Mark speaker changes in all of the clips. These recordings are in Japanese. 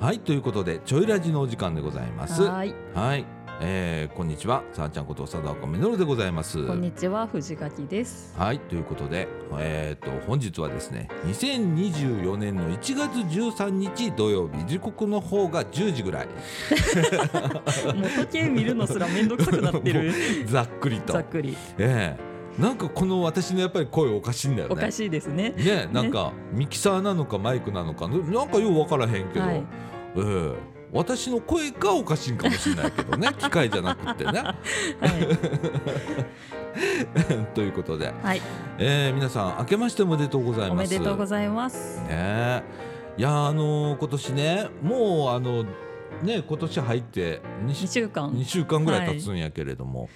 Speaker 1: はいということでちょいラジのお時間でございます
Speaker 2: はーい、
Speaker 1: はい、えーこんにちはさあちゃんこと佐田岡みのるでございます
Speaker 2: こんにちは、藤垣です。
Speaker 1: はいということで、えー、と本日はですね2024年の1月13日土曜日時刻の方が10時ぐらい
Speaker 2: 元系見るのすら面倒くさくなって
Speaker 1: も
Speaker 2: る。
Speaker 1: ざっくりと
Speaker 2: ざっくり、
Speaker 1: ええなんかこの私のやっぱり声おかしいんだよね
Speaker 2: おかしいです ね。
Speaker 1: ねなんかミキサーなのかマイクなのかななんかよう分からへんけど、
Speaker 2: はい
Speaker 1: ええ私の声がおかしいんかもしれないけどね機械じゃなくってね。
Speaker 2: は
Speaker 1: ということで、
Speaker 2: い、はい、
Speaker 1: ええ皆さん明けましておめでとうござい
Speaker 2: お
Speaker 1: ま
Speaker 2: め
Speaker 1: す。
Speaker 2: でとうございます。
Speaker 1: ねえいやーあのー今年ねもうあのね今年入って
Speaker 2: 二
Speaker 1: 2,
Speaker 2: 週間
Speaker 1: 週間ぐらい経つんやけれども、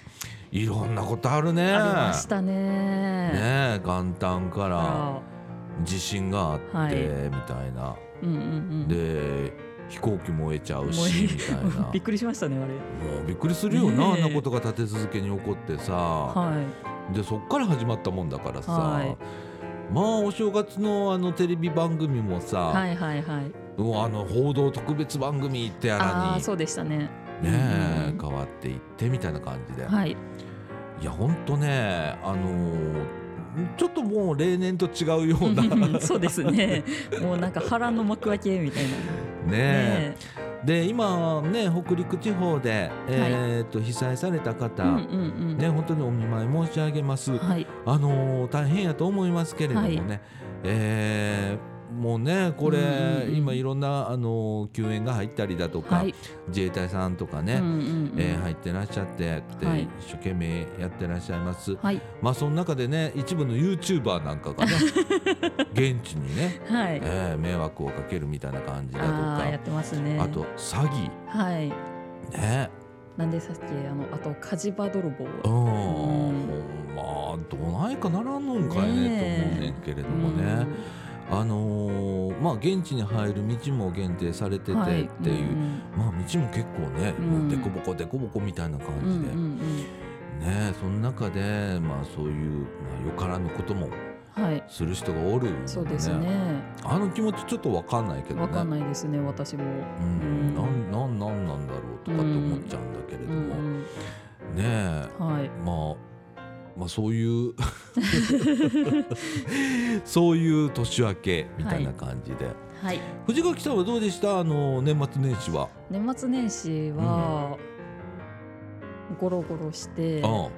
Speaker 1: い、ろんなことあるね。
Speaker 2: ありましたね。
Speaker 1: ねえ元旦か
Speaker 2: あ
Speaker 1: ら
Speaker 2: ら
Speaker 1: 地震があって、
Speaker 2: はい
Speaker 1: みたいな
Speaker 2: うんうんうん。
Speaker 1: で飛行機燃えちゃう
Speaker 2: 燃え
Speaker 1: しみ たいなも
Speaker 2: びっくりしましたね、あれ。
Speaker 1: うびっくりするよな、
Speaker 2: ねえ
Speaker 1: あんなことが立て続けに起こってさ、
Speaker 2: はい、
Speaker 1: でそっから始まったもんだからさ、
Speaker 2: はい
Speaker 1: まあお正月のあのテレビ番組もさ、
Speaker 2: はい、はい、はい。
Speaker 1: もうあの報道特別番組ってや
Speaker 2: あ
Speaker 1: ら
Speaker 2: あ、
Speaker 1: に
Speaker 2: そうでしたね。
Speaker 1: ねえ
Speaker 2: うん
Speaker 1: 変わっていってみたいな感じで、
Speaker 2: はい、
Speaker 1: い、やほんとねあのーちょっともう例年と違うような ね
Speaker 2: そうですね。もうなんか腹の幕開けみたいな。
Speaker 1: え
Speaker 2: ね
Speaker 1: で今ね北陸地方で、えーと被災された
Speaker 2: え
Speaker 1: 方、
Speaker 2: うん、うん、うん。
Speaker 1: ね、本当にお見舞い申し上げます、
Speaker 2: はい、
Speaker 1: あのー大変やと思いますけれどもね、えーもうねこれ、
Speaker 2: うんうんうん
Speaker 1: 今いろんな、あのー救援が入ったりだとか、
Speaker 2: はい、
Speaker 1: 自衛隊さんとか
Speaker 2: うん、う
Speaker 1: ね、
Speaker 2: ん、うん
Speaker 1: えー入ってらっしゃってで、
Speaker 2: はい
Speaker 1: 一生懸命やってらっしゃいます、
Speaker 2: はい、
Speaker 1: まあその中でね一部の YouTuber なんかが ね現地にね、
Speaker 2: はい。
Speaker 1: えー迷惑をかけるみたいな感じだと
Speaker 2: ああーやっ
Speaker 1: か
Speaker 2: てますね
Speaker 1: あと詐欺
Speaker 2: はい
Speaker 1: ね
Speaker 2: なんでさっきあのあと火事場泥棒
Speaker 1: うん、
Speaker 2: うん
Speaker 1: ほんまあどないかならんのんかいね
Speaker 2: ねえ
Speaker 1: と思うねんけれどもね、あのーまあ現地に入る道も限定されてて
Speaker 2: は
Speaker 1: っていう、
Speaker 2: ん
Speaker 1: まあ道も結構ね、
Speaker 2: うん
Speaker 1: もうデコボコデコボコみたいな感
Speaker 2: うんうん
Speaker 1: じで、
Speaker 2: うんうん
Speaker 1: ねその中でまあそういう、まあ、よからぬことも
Speaker 2: はい
Speaker 1: する人がおるよ
Speaker 2: そうですね
Speaker 1: あの気持ちちょっとわかんないけどね
Speaker 2: わかんないですね私も
Speaker 1: うん、なんなんなんなんだろうとかって思っちゃうんだけれど
Speaker 2: う
Speaker 1: も、
Speaker 2: ん
Speaker 1: ねえ
Speaker 2: うんはい
Speaker 1: まあまあそういう そういう年明けみたいな感じで、
Speaker 2: はい
Speaker 1: 藤垣さんはどうでしたあの年末年始は、
Speaker 2: 年末年始はゴロゴロして
Speaker 1: あ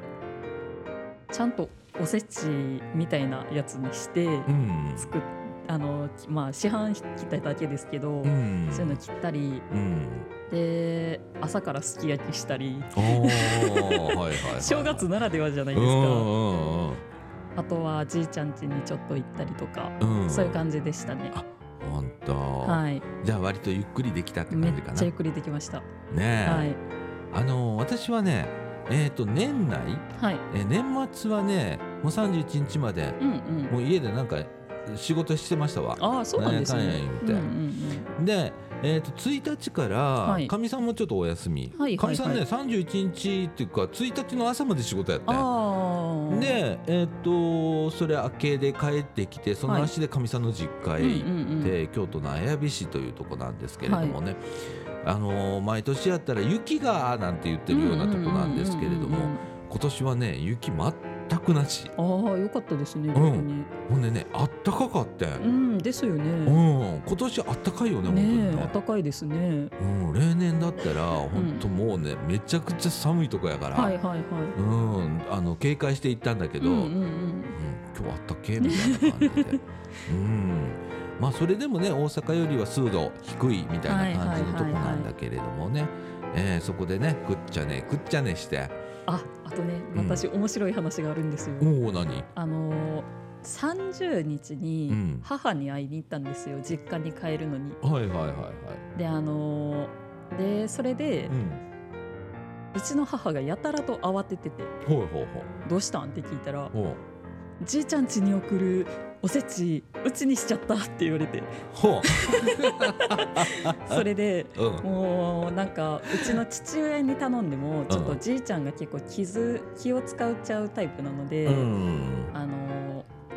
Speaker 2: ちゃんとおせちみたいなやつにして
Speaker 1: あうん
Speaker 2: 作っあのまあ市販切っただけですけど
Speaker 1: うん
Speaker 2: そういうの切ったり
Speaker 1: うん
Speaker 2: で朝からすき焼きしたり
Speaker 1: ああはいはい、はい、
Speaker 2: 正月ならではじゃない
Speaker 1: うん
Speaker 2: です
Speaker 1: うんう
Speaker 2: か
Speaker 1: ん
Speaker 2: あとはじいちゃん家にちょっと行ったりとか
Speaker 1: うん
Speaker 2: そういう感じでしたね
Speaker 1: あ本当、
Speaker 2: はい
Speaker 1: じゃあ割とゆっくりできたって
Speaker 2: めっ
Speaker 1: 感じかな
Speaker 2: ちゃゆっ
Speaker 1: ね
Speaker 2: くりできました
Speaker 1: え、
Speaker 2: はい
Speaker 1: あの私はねえっ、と年内
Speaker 2: はい
Speaker 1: え年末はねもう31日まで
Speaker 2: うんうん
Speaker 1: もう家でなんか仕事してましたわ
Speaker 2: ああそうなんです
Speaker 1: なんや
Speaker 2: ね
Speaker 1: かんや
Speaker 2: う
Speaker 1: 言
Speaker 2: ん
Speaker 1: う
Speaker 2: う
Speaker 1: て
Speaker 2: ん
Speaker 1: で、えー、と1日から
Speaker 2: はい
Speaker 1: かみさんもちょっとお休み
Speaker 2: はいはいはい
Speaker 1: かみさんね31日っていうか1日の朝まで仕事やって
Speaker 2: あ
Speaker 1: ん
Speaker 2: あ
Speaker 1: でえっ、とそれ明けで帰ってきてその足でかみさんの実家へ行って、京都の綾部市というとこなんですけれどもね、あのー毎年やったら雪がなんて言ってるようなとこなんですけれども今年はね雪全くなし
Speaker 2: ああよかったですね
Speaker 1: うん
Speaker 2: 逆に
Speaker 1: ほんでねあったかかってん
Speaker 2: うんですよ
Speaker 1: う
Speaker 2: ね
Speaker 1: ん、今年あったかいよね本当に
Speaker 2: ねえ
Speaker 1: ね、
Speaker 2: 暖かいですね
Speaker 1: うん、例年だったら本当もうね、めちゃくちゃ寒いとこやから、
Speaker 2: はいはいはい
Speaker 1: うん、あの警戒して行ったんだけど、
Speaker 2: う
Speaker 1: うんん
Speaker 2: うんうん
Speaker 1: 今日あったっけみたいな感じで、 うん、まあそれでもね大阪よりは数度低いみたいな感じのとこなんだけれどもね、えーそこでねくっちゃねくっちゃねして
Speaker 2: ああとね
Speaker 1: うん
Speaker 2: 私面白い話があるんですよ
Speaker 1: おお何
Speaker 2: あのー、30日
Speaker 1: う
Speaker 2: に
Speaker 1: ん
Speaker 2: 母に会いに行ったんですよ、実家に帰るのに。
Speaker 1: はいはいはいはい、
Speaker 2: であのーでそれで、
Speaker 1: う、
Speaker 2: うんちの母がやたらと慌ててて
Speaker 1: ほいほいほい
Speaker 2: 「どうしたん?」って聞いたら
Speaker 1: ほう
Speaker 2: 「じいちゃん家に送るおせちうちにしちゃった」って言われて
Speaker 1: ほ
Speaker 2: それで。
Speaker 1: う、うん、
Speaker 2: もうなんかうちの父親に頼んでもちょっ
Speaker 1: う
Speaker 2: と
Speaker 1: ん
Speaker 2: じいちゃんが結構傷気を使っちゃうタイプなので、
Speaker 1: うん
Speaker 2: あのー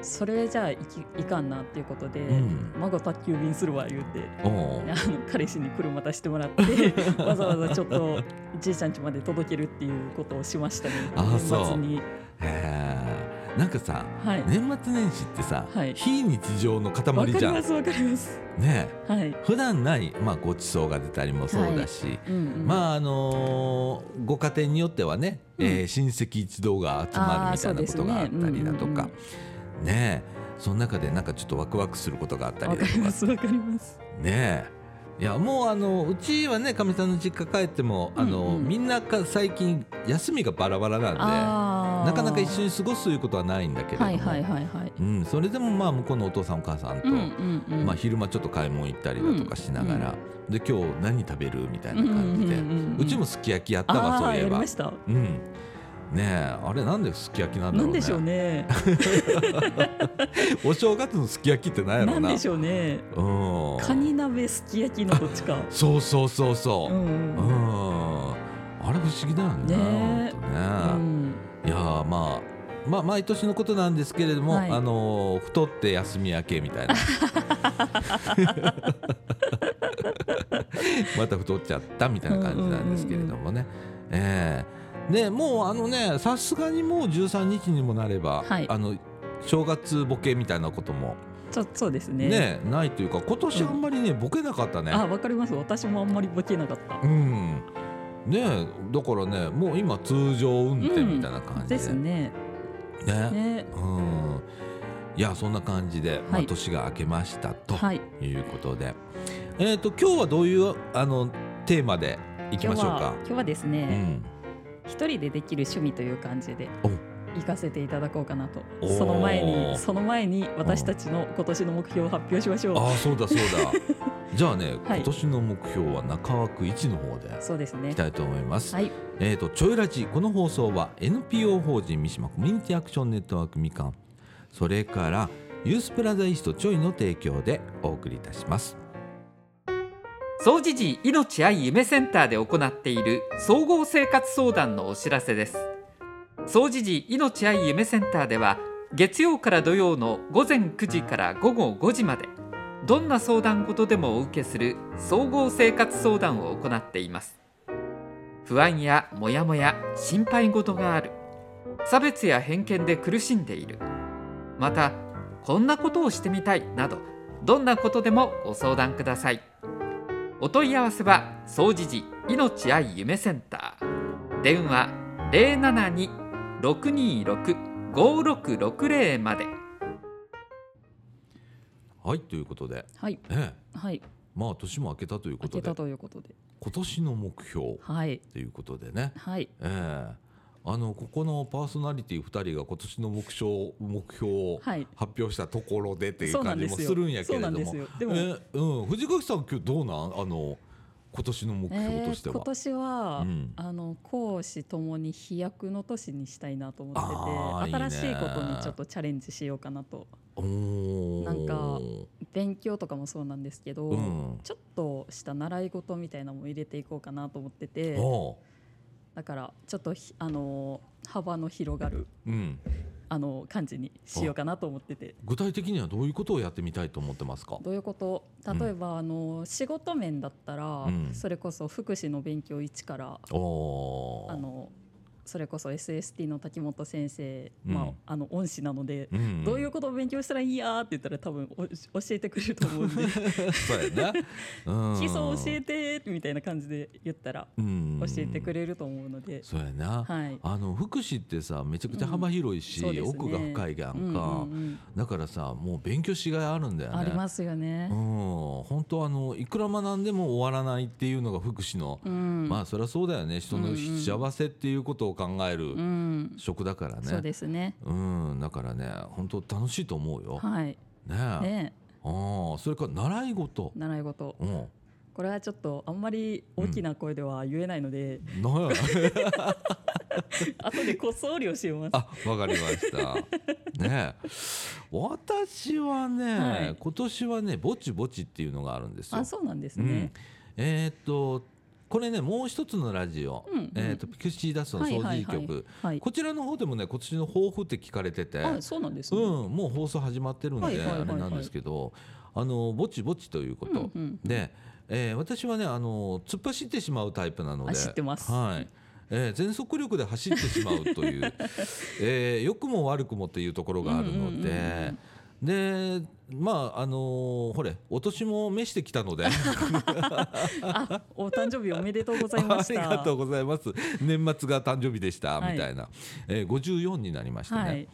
Speaker 2: それじゃあいきいかんなっていうことで、
Speaker 1: うん
Speaker 2: 孫宅急便するわ言うて
Speaker 1: おお
Speaker 2: あの彼氏に車出してもらって わざわざちょっとじいちゃん家まで届けるっていうことをしましたね
Speaker 1: あ
Speaker 2: 年
Speaker 1: そう
Speaker 2: 末に
Speaker 1: へえなんかさ
Speaker 2: はいわ
Speaker 1: 年末年始ってさ、
Speaker 2: はい
Speaker 1: 非日常の
Speaker 2: か
Speaker 1: 塊じ
Speaker 2: り
Speaker 1: ゃん
Speaker 2: ますわかります
Speaker 1: ねえ
Speaker 2: はい、
Speaker 1: 普段ない、まあ、ごちそうが出たりもそうだし、
Speaker 2: うんうん、
Speaker 1: まああのーご家庭によってはね、えー親戚一同が集まるみたいなことがあったりだと
Speaker 2: あー
Speaker 1: か
Speaker 2: そうで
Speaker 1: ねえその中でなんかちょっとワクワクすることがあった
Speaker 2: わ
Speaker 1: り
Speaker 2: か
Speaker 1: だと
Speaker 2: り
Speaker 1: か
Speaker 2: ますわかります
Speaker 1: ねえいやもうあのうちはねかみさんの実家帰ってもあの、
Speaker 2: うんうん
Speaker 1: みんなか最近休みがバラバラなんで
Speaker 2: あー
Speaker 1: なかなか一緒に過ごすということはないんだけれども、
Speaker 2: はいはいはいはい
Speaker 1: うん、それでもまあ向こうのお父さんお母さんと、
Speaker 2: うんうんうん
Speaker 1: まあ、昼間ちょっと買い物行ったりだとかしながら、で今日何食べるみたいな感じで、う
Speaker 2: うんうんうんうん
Speaker 1: ちもすき焼きやった
Speaker 2: あ
Speaker 1: わ
Speaker 2: あ
Speaker 1: そういえ
Speaker 2: やり
Speaker 1: ば
Speaker 2: ま。した
Speaker 1: うん、ねえあれなんですき焼きなんだ
Speaker 2: な
Speaker 1: ろうんね
Speaker 2: でしょうね
Speaker 1: お正月のすき焼きって何やろ
Speaker 2: な
Speaker 1: うんな
Speaker 2: でしょうね
Speaker 1: うん
Speaker 2: カニ鍋すき焼きのどっちか
Speaker 1: そうそうそうそうう、うん
Speaker 2: うん
Speaker 1: ん、あれ不思議だよね
Speaker 2: ねえ
Speaker 1: ほんと
Speaker 2: う
Speaker 1: ね、
Speaker 2: ん
Speaker 1: いやーまあまあ、毎年のことなんですけれども、
Speaker 2: はい
Speaker 1: あのー太って休み明けみ たいなまた太っちゃったみたいな感じなんですけれどもね、ええでもうあのねさすがにもう13日にもなれば、
Speaker 2: はい
Speaker 1: あの正月ボケみたいなことも
Speaker 2: ちょそうですね
Speaker 1: ねないというか今年あんまりね、ボケなかったね。
Speaker 2: あわかります私もあんまりボケなかった
Speaker 1: うんねえだからねもう今通常運転みたいな感じで,、
Speaker 2: ですね
Speaker 1: ね
Speaker 2: ね
Speaker 1: うんいやそんな感じで、まあ、
Speaker 2: はい
Speaker 1: 年が明けましたと
Speaker 2: はい
Speaker 1: いうことで、えっ、と今日はどういうあのテーマでいき
Speaker 2: 今
Speaker 1: まし
Speaker 2: 日
Speaker 1: ょう
Speaker 2: は
Speaker 1: か
Speaker 2: 今日はです
Speaker 1: う
Speaker 2: ね
Speaker 1: ん
Speaker 2: 一人でできる趣味という感じで
Speaker 1: お
Speaker 2: 行かせていただこうかなと
Speaker 1: おー
Speaker 2: その前にその前に私たちの今年の目標を発表しましょう
Speaker 1: ああそうだそうだ じゃあね、
Speaker 2: はい
Speaker 1: 今年の目標は中枠1の方で
Speaker 2: そうです
Speaker 1: い
Speaker 2: ね
Speaker 1: きたいと思います、
Speaker 2: はい
Speaker 1: えー、とちょいラジこの放送は NPO 法人三島コミュニティアクションネットワークみかんそれからユースプラザイーストちょいの提供でお送りいたします
Speaker 3: 総知事命愛夢センターで行っている総合生活相談のお知らせです総知事命愛夢センターでは月曜から土曜の午前9時から午後5時までどんな相談事でもお受けする総合生活相談を行っています不安やモヤモヤ心配事がある差別や偏見で苦しんでいるまたこんなことをしてみたいなどどんなことでもご相談くださいお問い合わせは総持寺命愛夢センター電話072-626-5660まで
Speaker 1: はいということで、
Speaker 2: はい
Speaker 1: ね、
Speaker 2: はい
Speaker 1: まあ年も明けたというこ
Speaker 2: 開
Speaker 1: と
Speaker 2: け
Speaker 1: で
Speaker 2: たということで
Speaker 1: 今年の目標
Speaker 2: はい
Speaker 1: ということでね、
Speaker 2: はい
Speaker 1: ええあのここのパーソナリティ2人が今年の目標目標を
Speaker 2: はい
Speaker 1: 発表したところでってい
Speaker 2: そううなん
Speaker 1: 感じ
Speaker 2: で
Speaker 1: も
Speaker 2: すよ
Speaker 1: するんやけれども
Speaker 2: そうなんですよでも
Speaker 1: ええうん、藤垣さん今日どうなんあの今年の目標として
Speaker 2: え
Speaker 1: は
Speaker 2: ー今。年は、
Speaker 1: うん
Speaker 2: あの講師ともに飛躍の年にしたいなと思
Speaker 1: あー
Speaker 2: って
Speaker 1: い
Speaker 2: て
Speaker 1: いね
Speaker 2: 新しいことにちょっとチャレンジしようかなと
Speaker 1: おー
Speaker 2: なんか勉強とかもそうなんですけど、
Speaker 1: うん
Speaker 2: ちょっとした習い事みたいなのも入れていこうかなと思ってて
Speaker 1: お
Speaker 2: だからちょっとひあの幅の広がる
Speaker 1: ううん、
Speaker 2: あの感じにしようかなと思ってて。
Speaker 1: 具体的にはどういうことをやってみたいと思ってますか
Speaker 2: どういうこと例えば、あの仕事面だったら、
Speaker 1: うん
Speaker 2: それこそ福祉の勉強一から
Speaker 1: おー
Speaker 2: あのそれこそ SST の滝本先生、
Speaker 1: うん
Speaker 2: まあ、あの恩師なので、
Speaker 1: うんん
Speaker 2: どういうことを勉強したらいいやーって言ったら多分お教えてくれると思うんで
Speaker 1: そうやね、うん、
Speaker 2: 基礎教えてーみたいな感じで言ったら
Speaker 1: うん
Speaker 2: 教えてくれると思うので、
Speaker 1: そうやな、
Speaker 2: はい。
Speaker 1: あの福祉ってさめちゃくちゃ幅広いし、
Speaker 2: そうですね
Speaker 1: 奥が深いや
Speaker 2: うん
Speaker 1: んか、
Speaker 2: うんうん
Speaker 1: だからさもう勉強しがいあるんだよね
Speaker 2: ありますよね
Speaker 1: うん。本当あのいくら学んでも終わらないっていうのが福祉の、
Speaker 2: うん、
Speaker 1: まあそりゃそうだよね人
Speaker 2: うん
Speaker 1: の
Speaker 2: うん
Speaker 1: 幸せっていうことを考え
Speaker 2: う
Speaker 1: る
Speaker 2: ん、
Speaker 1: 職だからね、
Speaker 2: そうですね。
Speaker 1: うん、だからね、本当楽しいと思うよ。
Speaker 2: はい。
Speaker 1: ねえ、
Speaker 2: ねえ、
Speaker 1: ああ、それから習い事。
Speaker 2: 習い事、
Speaker 1: うん、
Speaker 2: これはちょっとあんまり大きな声では言えないので、
Speaker 1: なんや。
Speaker 2: 後でこっそり教えます。
Speaker 1: あ、わかりました。ねえ、私はね、
Speaker 2: はい
Speaker 1: 今年はね、ぼちぼちっていうのがあるんですよ。
Speaker 2: あ、そうなんです
Speaker 1: うん
Speaker 2: ね。、
Speaker 1: えーっと。これねもう一つのラジオ、
Speaker 2: うんうん
Speaker 1: えー、とピクシーダストの
Speaker 2: はい
Speaker 1: 掃
Speaker 2: はい
Speaker 1: 除
Speaker 2: はい
Speaker 1: 局、
Speaker 2: はい。
Speaker 1: こちらの方でもね今年の抱負って聞かれてて、
Speaker 2: あ、そうなんです
Speaker 1: う
Speaker 2: ね。
Speaker 1: ん、もう放送始まってるんで、
Speaker 2: はいはいはいはい
Speaker 1: あれなんですけどあのぼちぼちということ、
Speaker 2: うんうん
Speaker 1: で、えー私はねあの突っ走ってしまうタイプなので
Speaker 2: あ知ってます
Speaker 1: はいえー全速力で走ってしまうと いう、えー良くも悪くもというところがあるので。
Speaker 2: うんうんうん
Speaker 1: でまああのーほれお年も召してきたので
Speaker 2: あ、お誕生日おめでとうござい ま
Speaker 1: あ
Speaker 2: し
Speaker 1: り
Speaker 2: た。
Speaker 1: がとうございます年末が誕生日でした、
Speaker 2: はい
Speaker 1: みたいな、えー、54になりましたね、
Speaker 2: はい。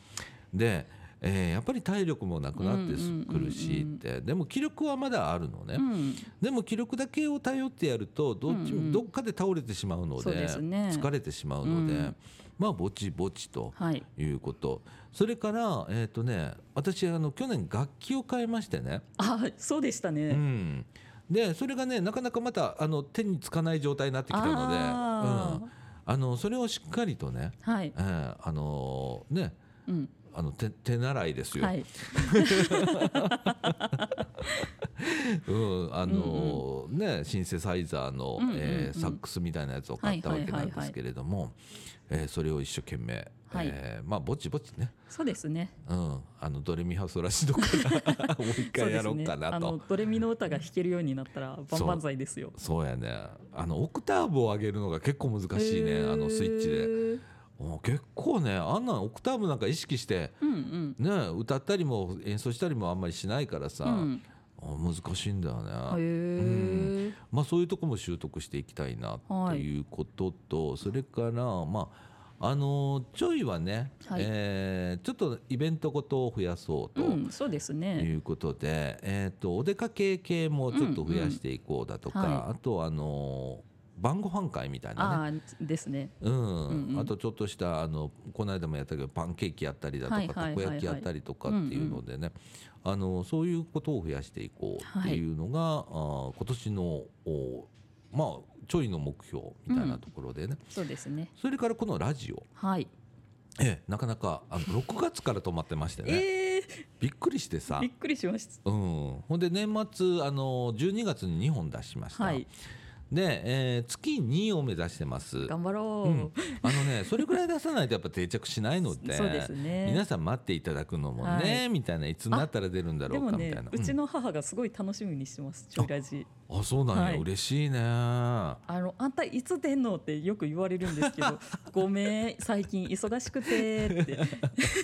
Speaker 1: で、えーやっぱり体力もなくなって
Speaker 2: うんうんうんうん
Speaker 1: くるしってでも気力はまだあるのね、
Speaker 2: うん。
Speaker 1: でも気力だけを頼ってやるとどっち、
Speaker 2: うんうん
Speaker 1: どっかで倒れてしまうの
Speaker 2: そう
Speaker 1: で
Speaker 2: ですね
Speaker 1: 疲れてしまうので、
Speaker 2: うん
Speaker 1: まあぼちぼちと。
Speaker 2: はい。
Speaker 1: いうことそれから、えーとね、私あの去年楽器を買いましてね、
Speaker 2: あ、そうでした
Speaker 1: う
Speaker 2: ね。
Speaker 1: ん、でそれがねなかなかまたあの手につかない状態になってきたので
Speaker 2: あ
Speaker 1: う
Speaker 2: ー
Speaker 1: んあのそれをしっかりとね,、
Speaker 2: はい
Speaker 1: え。ーあのね
Speaker 2: うん。
Speaker 1: あの手手習いですよ、
Speaker 2: はい。
Speaker 1: うんあのね、シンセサイザーの、
Speaker 2: うんうんうん
Speaker 1: えーサックスみたいなやつを買ったわけなんですけれどもえーそれを一生懸命、
Speaker 2: はい
Speaker 1: えーまあぼちぼちね、
Speaker 2: そうですね。
Speaker 1: うん、あのドレミファソラシドから もう一
Speaker 2: そう
Speaker 1: 回
Speaker 2: で
Speaker 1: や
Speaker 2: す
Speaker 1: ろう
Speaker 2: ね。
Speaker 1: かな
Speaker 2: あの
Speaker 1: と。
Speaker 2: ドレミの歌が弾けるようになったら万々歳ですよ。
Speaker 1: そうやねあのオクターブを上げるのが結構難しいね、あのスイッチで
Speaker 2: で。
Speaker 1: もう結構ねあんなんオクターブなんか意識して、
Speaker 2: うんうん。
Speaker 1: ね、歌ったりも演奏したりもあんまりしないからさ、
Speaker 2: うん。
Speaker 1: あ難しいんだよね。
Speaker 2: へえ。
Speaker 1: まあ、そういうとこも習得していきたいな
Speaker 2: は
Speaker 1: と
Speaker 2: い
Speaker 1: いうことと、それから、まああのちょいはね、
Speaker 2: はい
Speaker 1: えーちょっとイベントごとを増やそうと。
Speaker 2: うん、そうですね。
Speaker 1: いうことで、えー、とお出かけ系もちょっと増やしていこうだとか、
Speaker 2: うんうんは
Speaker 1: あとあの晩ご飯会みたいなね、
Speaker 2: ああ、ですね。
Speaker 1: うん
Speaker 2: うんうん
Speaker 1: あとちょっとしたあのこの間もやったけどパンケーキやったりだとか、
Speaker 2: はいはいはいはい
Speaker 1: たこ焼きやったりとかっていうのでね、あのそういうことを増やしていこうっていうのが、あー今年のおまあちょいの目標みたいなところでね、
Speaker 2: そうですね。
Speaker 1: それからこのラジオ、
Speaker 2: はい。
Speaker 1: ええなかなかあの6月から止まってましてね、
Speaker 2: ええー、
Speaker 1: びっくりしてさ
Speaker 2: び。っくりしました。
Speaker 1: うん、ほんで年末あの12月に2本出しました、
Speaker 2: はい。
Speaker 1: で、えー月2を目指してます
Speaker 2: 頑張ろう。
Speaker 1: うん、あのねそれぐらい出さないとやっぱ定着しないので
Speaker 2: そうですね
Speaker 1: 皆さん待っていただくのもね、
Speaker 2: はい
Speaker 1: みたいないつになったら出るんだ
Speaker 2: で
Speaker 1: ろう
Speaker 2: も
Speaker 1: かみたい
Speaker 2: ね
Speaker 1: な、、
Speaker 2: うち
Speaker 1: ん
Speaker 2: の母がすごい楽しみにしてます、ちょいラジ。
Speaker 1: あそうなんや、
Speaker 2: はい
Speaker 1: 嬉しいねあ
Speaker 2: あの、あんたいつ出んのってよく言われるんです けど、ごめん、最近忙しくてって。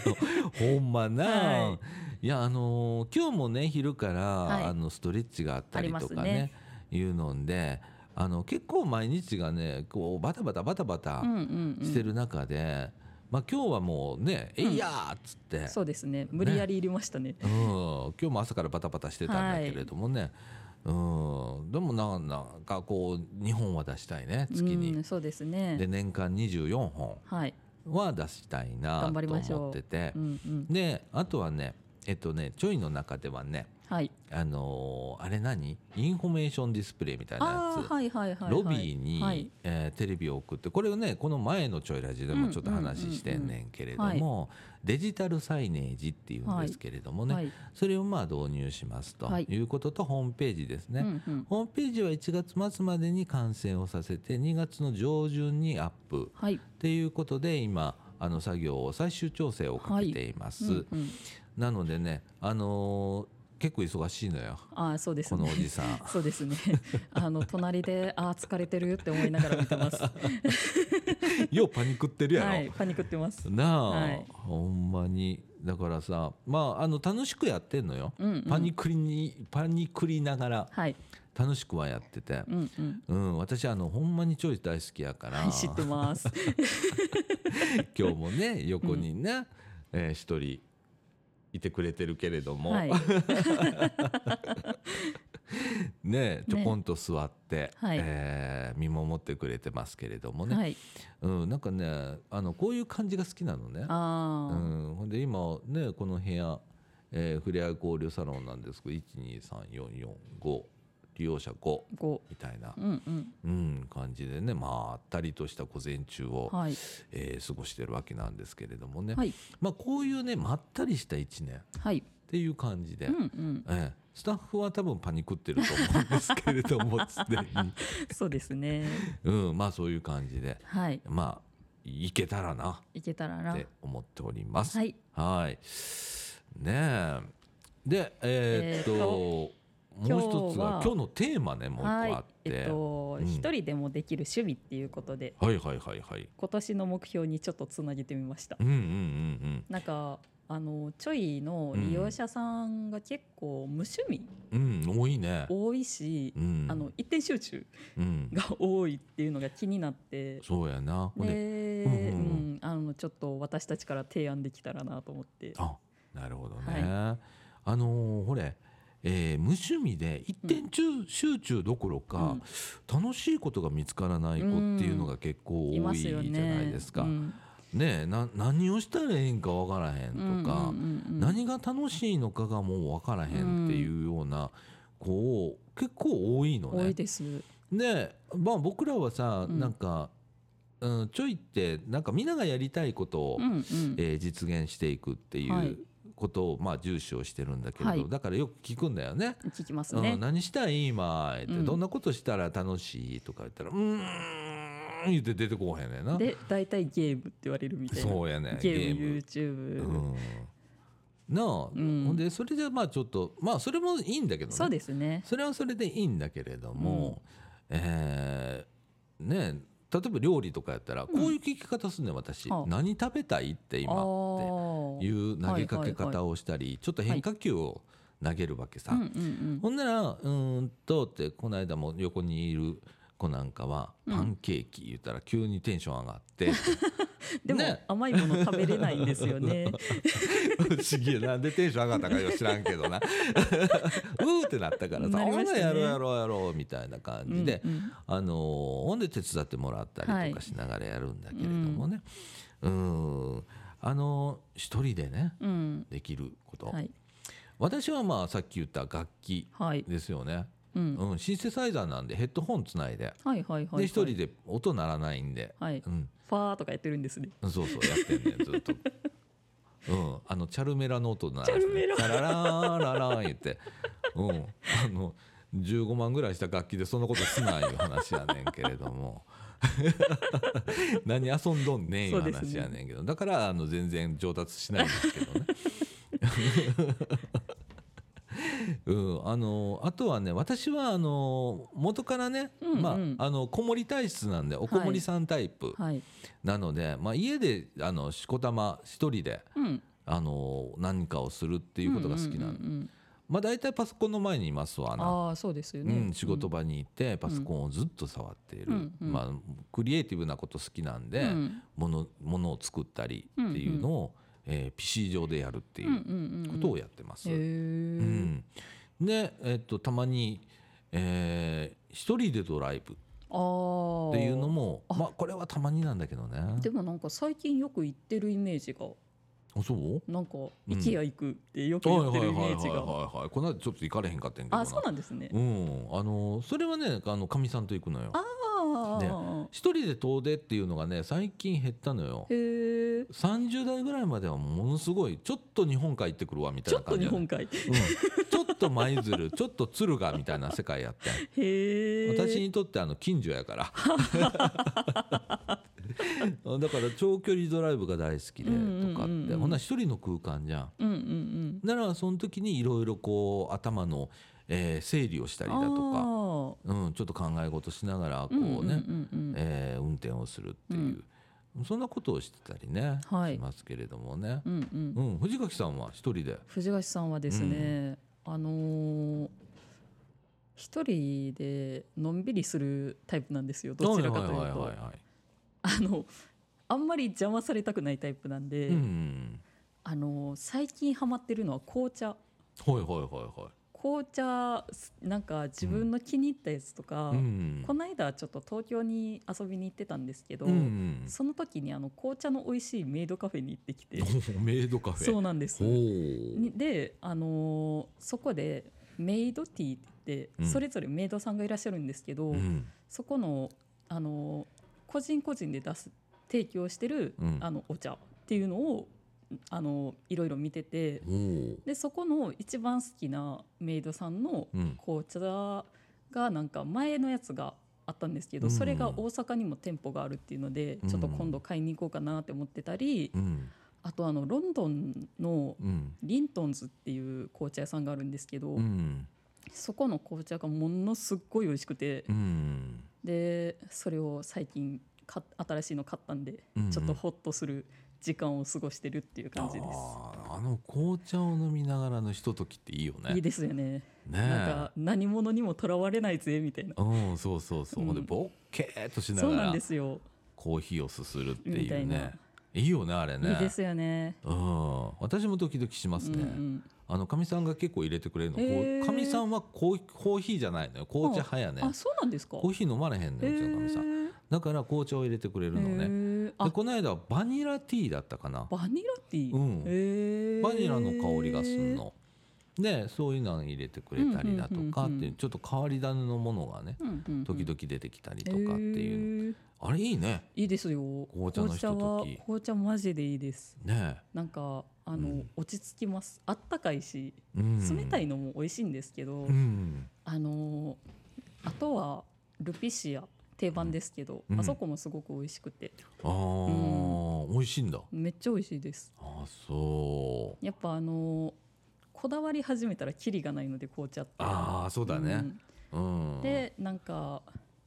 Speaker 1: のほんまな、、
Speaker 2: はい
Speaker 1: やあのー今日もね昼から、
Speaker 2: はい
Speaker 1: あのストレッチがあったりとか
Speaker 2: あり
Speaker 1: ねいうのであの結構毎日がねこうバタバタバタバタ
Speaker 2: うんうん、うん。
Speaker 1: してる中で、まあ今日はもうね「えいやー!」っつって、
Speaker 2: そうですね、無理やり入れましたね。
Speaker 1: うん、今日も朝からバタバタしてたんだけれどもね、うん、でもななんかこう2本は出したいね月
Speaker 2: う
Speaker 1: に
Speaker 2: ん、。そうです
Speaker 1: で
Speaker 2: ね。
Speaker 1: 年間24本
Speaker 2: はい。
Speaker 1: は出したいな
Speaker 2: 頑張り
Speaker 1: と
Speaker 2: ましょう
Speaker 1: 思ってて
Speaker 2: う、んうん。
Speaker 1: であとはねえっとねちょいの中ではね
Speaker 2: はい。
Speaker 1: あのーあれ何インフォメーションディスプレイみたいな
Speaker 2: あ
Speaker 1: や
Speaker 2: あ
Speaker 1: つ
Speaker 2: ー、はいはいはい、はい。
Speaker 1: ロビーに、
Speaker 2: はい。
Speaker 1: えーテレビを送ってこれをねこの前の「ちょいラジ」でもちょっと話してんねんけれども、
Speaker 2: うんうんうん
Speaker 1: デジタルサイネージっていうんですけれどもね、
Speaker 2: はい。
Speaker 1: それをまあ導入しますと
Speaker 2: はい
Speaker 1: いうことと、ホームページですね、
Speaker 2: うんうん。
Speaker 1: ホームページは1月末までに完成をさせて2月の上旬にアップ
Speaker 2: はい。
Speaker 1: っていうことで今あの作業を最終調整をかけています、
Speaker 2: うんうん、
Speaker 1: なのでねあのー結構忙しいのよ
Speaker 2: ああ、そうです
Speaker 1: こ
Speaker 2: ね。
Speaker 1: のおじさん
Speaker 2: そうですね。あの隣で、ああ、疲れてるって思いながら見て ます。
Speaker 1: ようパニックってるやろ、
Speaker 2: はい、パニックってます。
Speaker 1: なあ、
Speaker 2: はい
Speaker 1: ほんまにだからさまああの楽しくやってんのよ、
Speaker 2: うん、うん。
Speaker 1: パニクリにパニクりながら
Speaker 2: はい、
Speaker 1: 楽しくはやってて、
Speaker 2: うん、う
Speaker 1: う
Speaker 2: ん。
Speaker 1: ん、私あのほんまにチョイス大好きやから、
Speaker 2: はい、知ってます。
Speaker 1: 今日も ね横にね、えー一人いてくれてるけれど も、
Speaker 2: はい、
Speaker 1: ねちょこんと座って、
Speaker 2: はい
Speaker 1: えー見守ってくれてますけれどもね、
Speaker 2: はい、
Speaker 1: うん、なんかねあのこういう感じが好きなのね。う
Speaker 2: あ
Speaker 1: ん、ほんで今ねこの部屋、えー、ふれあい交流サロンなんですけど123445利用者5
Speaker 2: あ、こ
Speaker 1: みたいな
Speaker 2: う、、うん、うん、
Speaker 1: うん、感じでねまったりとした午前中を、
Speaker 2: はい、
Speaker 1: えー過ごしてるわけなんですけれどもね、
Speaker 2: はい、
Speaker 1: まあ、こういうねまったりした1年っ
Speaker 2: はい、
Speaker 1: ていう感じで、
Speaker 2: うん、うん、
Speaker 1: ええスタッフは多分パニクってると思うんですけれどもす でに、
Speaker 2: そうですね。
Speaker 1: うん、まあそういう感じで
Speaker 2: はい、
Speaker 1: まあいけたらない
Speaker 2: けたら
Speaker 1: っ
Speaker 2: な。
Speaker 1: て思っております。
Speaker 2: はい、
Speaker 1: はいねえでえーっ
Speaker 2: えー
Speaker 1: と、
Speaker 2: 今日
Speaker 1: もう一つが
Speaker 2: は
Speaker 1: 今日のテーマねもう一個
Speaker 2: は
Speaker 1: あ
Speaker 2: い
Speaker 1: っ、て、
Speaker 2: えっと、
Speaker 1: うん
Speaker 2: 一、人でもできる趣味っていうことで、
Speaker 1: はいはいはいはい。
Speaker 2: 今年の目標にちょっとつなげてみました
Speaker 1: う。んうんうん
Speaker 2: なんか、あの、ちょいの利用者さんが結構無趣味
Speaker 1: うんうん多いね。
Speaker 2: 多いし
Speaker 1: う。ん、
Speaker 2: あの、一点集中
Speaker 1: うん、
Speaker 2: が多いっていうのが気になって。
Speaker 1: そうやな。ほんで、
Speaker 2: で、
Speaker 1: う
Speaker 2: うんん
Speaker 1: うん
Speaker 2: あのちょっと私たちから提案できたらなと思って。
Speaker 1: あなるほどね。
Speaker 2: は
Speaker 1: あのーほれ、えー無趣味で一点中、集中どころか、楽しいことが見つからない子っていうのが結構
Speaker 2: いま
Speaker 1: 多い
Speaker 2: す
Speaker 1: じゃ
Speaker 2: よね。
Speaker 1: ないですか。
Speaker 2: う
Speaker 1: ね
Speaker 2: ん
Speaker 1: えな何をしたらええんかわからへんとか、
Speaker 2: うんうんうんうん
Speaker 1: 何が楽しいのかがもうわからへんっていうような子結構多いのね。
Speaker 2: 多いです。
Speaker 1: で、まあ、僕らはさ、
Speaker 2: うん
Speaker 1: なんか、うん、ちょいってなんかみんながやりたいことを、
Speaker 2: うんうん。
Speaker 1: えー実現していくってい
Speaker 2: はいう
Speaker 1: ことを、まあ、重視をしてるんだけれど、
Speaker 2: はい
Speaker 1: だからよく聞くんだよね。
Speaker 2: 聞きます
Speaker 1: う
Speaker 2: ね
Speaker 1: ん、。何したい今って、
Speaker 2: うん
Speaker 1: どんなことしたら楽しいとか言ったら「うーん」言って出てこへんねんな。
Speaker 2: で、大体ゲームって言われるみたいな。
Speaker 1: そうやねん
Speaker 2: ゲーム、
Speaker 1: ゲ
Speaker 2: YouTube、
Speaker 1: ーム。うんなあ、
Speaker 2: うん
Speaker 1: ほんでそれじゃまあちょっとまあそれもいいんだけどね
Speaker 2: そうですね。
Speaker 1: それはそれでいいんだけれども、えーねえ例えば料理とかやったらこういう聞き方すんねん私、
Speaker 2: はあ
Speaker 1: 何食べたいって
Speaker 2: あ
Speaker 1: 今って
Speaker 2: ー
Speaker 1: いう投げかけ
Speaker 2: はいはいは
Speaker 1: 方をしたり、ちょっと変化球を投げるわけさ、
Speaker 2: うんうん
Speaker 1: ほんなら「うーんと」ってこの間も横にいる子なんかは「パンケーキ」言ったら急にテンション上がって
Speaker 2: うん。でも、
Speaker 1: ね
Speaker 2: 甘いもの食べれないんですよね。
Speaker 1: 不思議やなんでテンション上がったかよ知らんけどな うーってなったからさ「
Speaker 2: な
Speaker 1: あ
Speaker 2: りましたね
Speaker 1: やろうやろうやろう」みたいな感じで、
Speaker 2: うんうん
Speaker 1: あのーほんで手伝ってもらった
Speaker 2: は
Speaker 1: りとか
Speaker 2: い
Speaker 1: しながらやるんだけれどもね、うーんあのー一人でね
Speaker 2: うん。
Speaker 1: できること、
Speaker 2: はい
Speaker 1: 私はまあさっき言った楽器
Speaker 2: はい。
Speaker 1: ですよね、
Speaker 2: うん。
Speaker 1: うん、シンセサイザーなんでヘッドホンつないで。
Speaker 2: はいはいはい。
Speaker 1: で一人。で音鳴らないんで、
Speaker 2: はい。
Speaker 1: う
Speaker 2: フ
Speaker 1: ん、
Speaker 2: ァーとかやってるんですね。
Speaker 1: そうそうやってんねんずっと。うん、あのチャルメラの音鳴らして、
Speaker 2: チャルメラ
Speaker 1: ララーンララーン言って、うん、あの15万ぐらいした楽器でそんなことすないいう話やねんけれども 何遊んどんねんいう
Speaker 2: そうです
Speaker 1: 話
Speaker 2: ね
Speaker 1: やねんけど、だからあの全然上達しないんですけどね。 うん、あのあとはね私はあの元からね、
Speaker 2: うんうん
Speaker 1: まあ、あのこもり体質なんでおこもりさんタイプ、
Speaker 2: はい。
Speaker 1: なので、まあ、家であのしこたま一人で
Speaker 2: うん。
Speaker 1: あの何かをするっていうことが好きなの、
Speaker 2: うんうんうんうん
Speaker 1: まあ大体パソコンの前にいますわな、
Speaker 2: ああーそうですよ
Speaker 1: う
Speaker 2: ね、
Speaker 1: ん、仕事場に行ってパソコンをずっと触っている、
Speaker 2: うんうん
Speaker 1: まあ、クリエイティブなこと好きなんで、
Speaker 2: うん
Speaker 1: ものものを作ったりっていうのを、えー PC 上でやるっていう
Speaker 2: う
Speaker 1: ことを
Speaker 2: や
Speaker 1: やってます。
Speaker 2: へえ、
Speaker 1: うんで、えっと、たまに、えー一人でドライブっ
Speaker 2: ああ
Speaker 1: ていうのもまあ、これはたまになんだけどね。
Speaker 2: でもなんか最近よく行ってるイメージが
Speaker 1: あそう
Speaker 2: なんか
Speaker 1: ん
Speaker 2: IKEA 行くってよく
Speaker 1: はいはい
Speaker 2: 言っ
Speaker 1: はい
Speaker 2: てる
Speaker 1: は
Speaker 2: イメ
Speaker 1: い
Speaker 2: ージが
Speaker 1: はいはいこの間ちょっと行かれへんかったんやけど
Speaker 2: あそうなんですね
Speaker 1: うんあのそれはねあのかみさんと行くのよ
Speaker 2: ああ
Speaker 1: 一人で遠出っていうのがね最近減ったのよ
Speaker 2: へえ
Speaker 1: 30代ぐらいまではものすごいちょっと日本海行ってくるわみたい
Speaker 2: ちょ
Speaker 1: な
Speaker 2: っと
Speaker 1: 感じ
Speaker 2: 日
Speaker 1: やね
Speaker 2: 本海
Speaker 1: うんちょっと舞鶴ちょっと敦賀みたいな世界やってん
Speaker 2: へえ
Speaker 1: 私にとってあの近所やからだから長距離ドライブが大好きでとか
Speaker 2: うんうん
Speaker 1: っ
Speaker 2: うん
Speaker 1: て
Speaker 2: うん
Speaker 1: ほんなら一人の空間じゃん
Speaker 2: うんうんうん
Speaker 1: ならその時にいろいろこう頭の、えー整理をしたりだとか、
Speaker 2: あ
Speaker 1: うん、ちょっと考え事しながらこ
Speaker 2: あ
Speaker 1: うね、
Speaker 2: うんうんうんうん
Speaker 1: えー運転をするっていう、そんなことをしてたりね、
Speaker 2: はい
Speaker 1: しますけれどもね
Speaker 2: う、んうん
Speaker 1: うん藤垣さんは一人で、
Speaker 2: 藤ヶ谷さんはですね、あのー一人でのんびりするタイプなんですよどちらかというと、
Speaker 1: はいはいはいはい
Speaker 2: あのあんまり邪魔されたくないタイプなんで、
Speaker 1: うん
Speaker 2: あの最近ハマってるのは紅茶
Speaker 1: はいはいはいはい
Speaker 2: 紅茶すなんか自分の気に入ったやつとか、
Speaker 1: うん
Speaker 2: この間ちょっと東京に遊びに行ってたんですけど、
Speaker 1: うん
Speaker 2: その時にあの紅茶の美味しいメイドカフェに行ってきて
Speaker 1: メイドカフェ
Speaker 2: そうなんです
Speaker 1: ほう
Speaker 2: にで、あのーそこでメイドティーっ
Speaker 1: う
Speaker 2: て言
Speaker 1: ん
Speaker 2: ってそれぞれメイドさんがいらっしゃるんですけど、
Speaker 1: うん
Speaker 2: そこの、あのー個人個人で出す提供してる、
Speaker 1: うん
Speaker 2: あのお茶っていうのをあのいろいろ見てて
Speaker 1: おお。
Speaker 2: でそこの一番好きなメイドさんの
Speaker 1: うん。
Speaker 2: 紅茶がなんか前のやつがあったんですけ
Speaker 1: う
Speaker 2: ど、
Speaker 1: ん
Speaker 2: それが大阪にも店舗があるっていうので、
Speaker 1: うん
Speaker 2: ちょっと今度買いに行こうかなって思ってたり、
Speaker 1: うん。
Speaker 2: あとあのロンドンの
Speaker 1: うん。
Speaker 2: リントンズっていう紅茶屋さんがあるんですけど、
Speaker 1: うん。
Speaker 2: そこの紅茶がものすっごい美味しくて、
Speaker 1: うん。
Speaker 2: でそれを最近か新しいの買ったんで、
Speaker 1: うんうん
Speaker 2: ちょっとホッとする時間を過ごしてるっていう感じです。
Speaker 1: あーあの紅茶を飲みながらのひとときっていいよね。
Speaker 2: いいですよね。
Speaker 1: ね
Speaker 2: なんか何者にもとらわれないぜみたいな。
Speaker 1: うん、そうそうそう。
Speaker 2: うん
Speaker 1: ほんでぼっけーっとしな
Speaker 2: そう
Speaker 1: が
Speaker 2: なん
Speaker 1: ら
Speaker 2: ですよ。
Speaker 1: コーヒーをすするって
Speaker 2: みた
Speaker 1: いう
Speaker 2: いな
Speaker 1: ね。いいよねあれね。
Speaker 2: いいですよね。
Speaker 1: うん、私もドキドキしますね。
Speaker 2: うん
Speaker 1: あのかみさんが結構入れてくれるの。こ
Speaker 2: へ
Speaker 1: う
Speaker 2: ー
Speaker 1: かみさんはコーコーヒーじゃないのよ。紅茶派や
Speaker 2: う
Speaker 1: ね
Speaker 2: ん、。あ、そうなんですか。
Speaker 1: コーヒー飲まれへんのようちのかみさん。
Speaker 2: へー
Speaker 1: だから紅茶を入れてくれるの
Speaker 2: へ
Speaker 1: ね。
Speaker 2: ー
Speaker 1: で
Speaker 2: あ、
Speaker 1: この間はバニラティーだったかな。
Speaker 2: バニラティー。
Speaker 1: うん
Speaker 2: へー
Speaker 1: バニラの香りがすん。の。でそういうの入れてくれたりだとかっ
Speaker 2: うんうんうんうん
Speaker 1: ていうちょっと変わり種のものがね
Speaker 2: うんうんうん
Speaker 1: 時々出てきたりとかっていう
Speaker 2: へー
Speaker 1: あれいいね
Speaker 2: いいですよ。
Speaker 1: 紅茶のひととき
Speaker 2: 紅茶は紅茶マジでいいです。
Speaker 1: ね
Speaker 2: なんかあの、
Speaker 1: うん
Speaker 2: 落ち着きます。あったかいし、
Speaker 1: え、うん、
Speaker 2: 冷たいのも美味しいんですけど、
Speaker 1: うん
Speaker 2: あのあとはルピシア定番ですけど、
Speaker 1: うん
Speaker 2: あそこもすごく美味しくて
Speaker 1: あー美味しいんだ
Speaker 2: めっちゃ美味しいです。
Speaker 1: あそう
Speaker 2: やっぱあのこだわり始めたらキリがないので紅茶って。
Speaker 1: ああそうだね
Speaker 2: ん
Speaker 1: うん、
Speaker 2: でなんか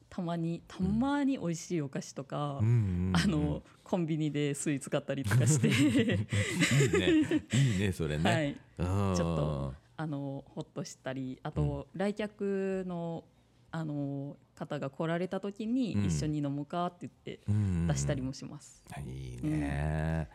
Speaker 2: たまにたまに美味しいお菓子とか、
Speaker 1: うんうんうん
Speaker 2: あのコンビニでスイーツ買ったりとかして
Speaker 1: いい ねいいねそれね、
Speaker 2: はい、
Speaker 1: うん
Speaker 2: ちょっとあのほっとしたりあと、来客のあの方が来られた時に
Speaker 1: うん
Speaker 2: 一緒に飲もうかって言って
Speaker 1: うん
Speaker 2: 出したりもします。
Speaker 1: いいね、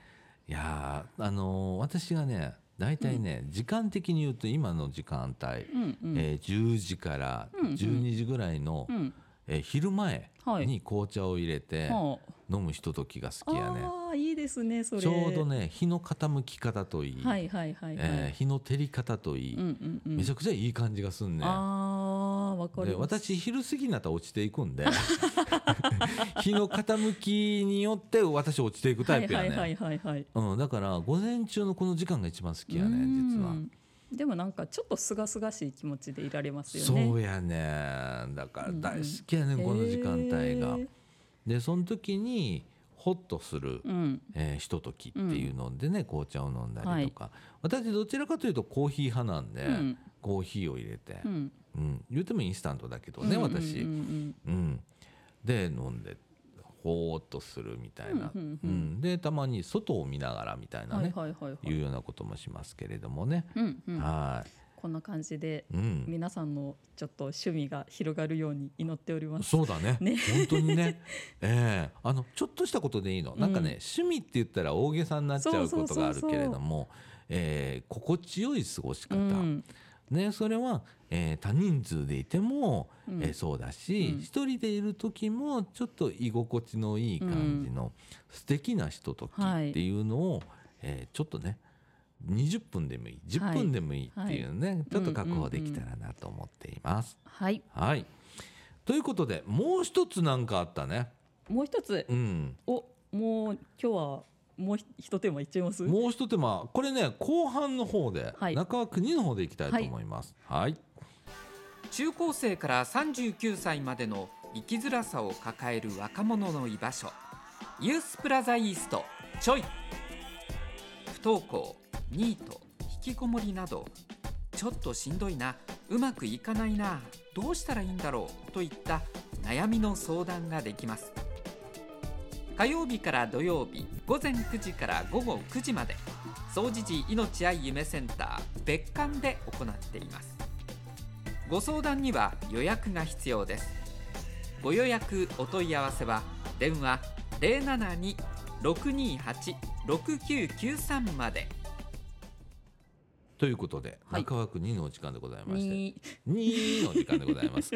Speaker 1: いやーあのー私がね大体ね、時間的に言うと今の時間帯、
Speaker 2: うんうん
Speaker 1: えー10時から
Speaker 2: うんうん
Speaker 1: 12時ぐらいの、
Speaker 2: うん
Speaker 1: えー昼前
Speaker 2: はい
Speaker 1: に紅茶を入れて
Speaker 2: は
Speaker 1: 飲むひとときが好
Speaker 2: あ、
Speaker 1: きやね、
Speaker 2: あーいいですねそれ
Speaker 1: ちょうどね日の傾き方といい、
Speaker 2: はいはいはいはい、
Speaker 1: えー日の照り方といい、
Speaker 2: うんうんうん、
Speaker 1: めちゃくちゃいい感じがすんね。
Speaker 2: ああーわかり
Speaker 1: で
Speaker 2: ます
Speaker 1: 私昼過ぎになったら落ちていくん で日の傾きによって私落ちていくタイプやね、
Speaker 2: はいはいはいはいはい
Speaker 1: うん、だから午前中のこの時間が一番好きやね
Speaker 2: うん
Speaker 1: 実は。
Speaker 2: でもなんかちょっと清々しい気持ちでいられますよね
Speaker 1: そうやねだから大好きやね、ん、この時間帯が
Speaker 2: へー。
Speaker 1: でその時にホッとする、
Speaker 2: うん
Speaker 1: えーひとときっていうのでね、紅茶を飲んだりとか、私どちらかというとコーヒー派なんで、
Speaker 2: うん
Speaker 1: コーヒーを入れて、
Speaker 2: う
Speaker 1: うん
Speaker 2: ん
Speaker 1: 言うてもインスタントだけどね、
Speaker 2: うんうんうん
Speaker 1: 私、う
Speaker 2: う
Speaker 1: ん
Speaker 2: ん
Speaker 1: で飲んでほーっとするみたいな、
Speaker 2: うんうんうん
Speaker 1: うんでたまに外を見ながらみたいな
Speaker 2: はい
Speaker 1: ね、
Speaker 2: はいはいはい
Speaker 1: い、うようなこともしますけれどもね、
Speaker 2: うんうん
Speaker 1: はい。
Speaker 2: こんな感じで
Speaker 1: うん、
Speaker 2: 皆さんのちょっと趣味が広がるように祈っております
Speaker 1: そうだね
Speaker 2: ね
Speaker 1: 本当に ね、ええあのちょっとしたことでいいの、なんか
Speaker 2: うん
Speaker 1: ね趣味って言ったら大げさになっちゃうことがあるけれどもええ心地よい過ごし方、
Speaker 2: うん
Speaker 1: ね、それは、ええ多人数でいても、
Speaker 2: うん
Speaker 1: ええそうだし、
Speaker 2: うん
Speaker 1: 一人でいる時もちょっと居心地のいい感じの素敵なひとときっていうのを、ええちょっとね20分でもいい10分でもいいっていうね、ちょっと確保できたらなと思っています。
Speaker 2: はい
Speaker 1: はい。ということで、もう一つなんかあったね。
Speaker 2: もう一つ
Speaker 1: うん。
Speaker 2: おもう今日はもうひ一テーマいっちゃいます
Speaker 1: もう一手間、これね、後半の方で、
Speaker 2: はい
Speaker 1: 中川国の方でいきたいと思います。はい。
Speaker 3: 中高生から39歳までの生きづらさを抱える若者の居場所ユースプラザイーストちょい不登校ニート引きこもりなどちょっとしんどいなうまくいかないなどうしたらいいんだろうといった悩みの相談ができます火曜日から土曜日午前9時から午後9時まで総除時命愛夢センター別館で行っていますご相談には予約が必要ですご予約お問い合わせは電話072-628-6993まで
Speaker 1: ということで、
Speaker 2: はい
Speaker 1: 中川国のお時間でございまして、
Speaker 2: に
Speaker 1: 二の時間でござい ます。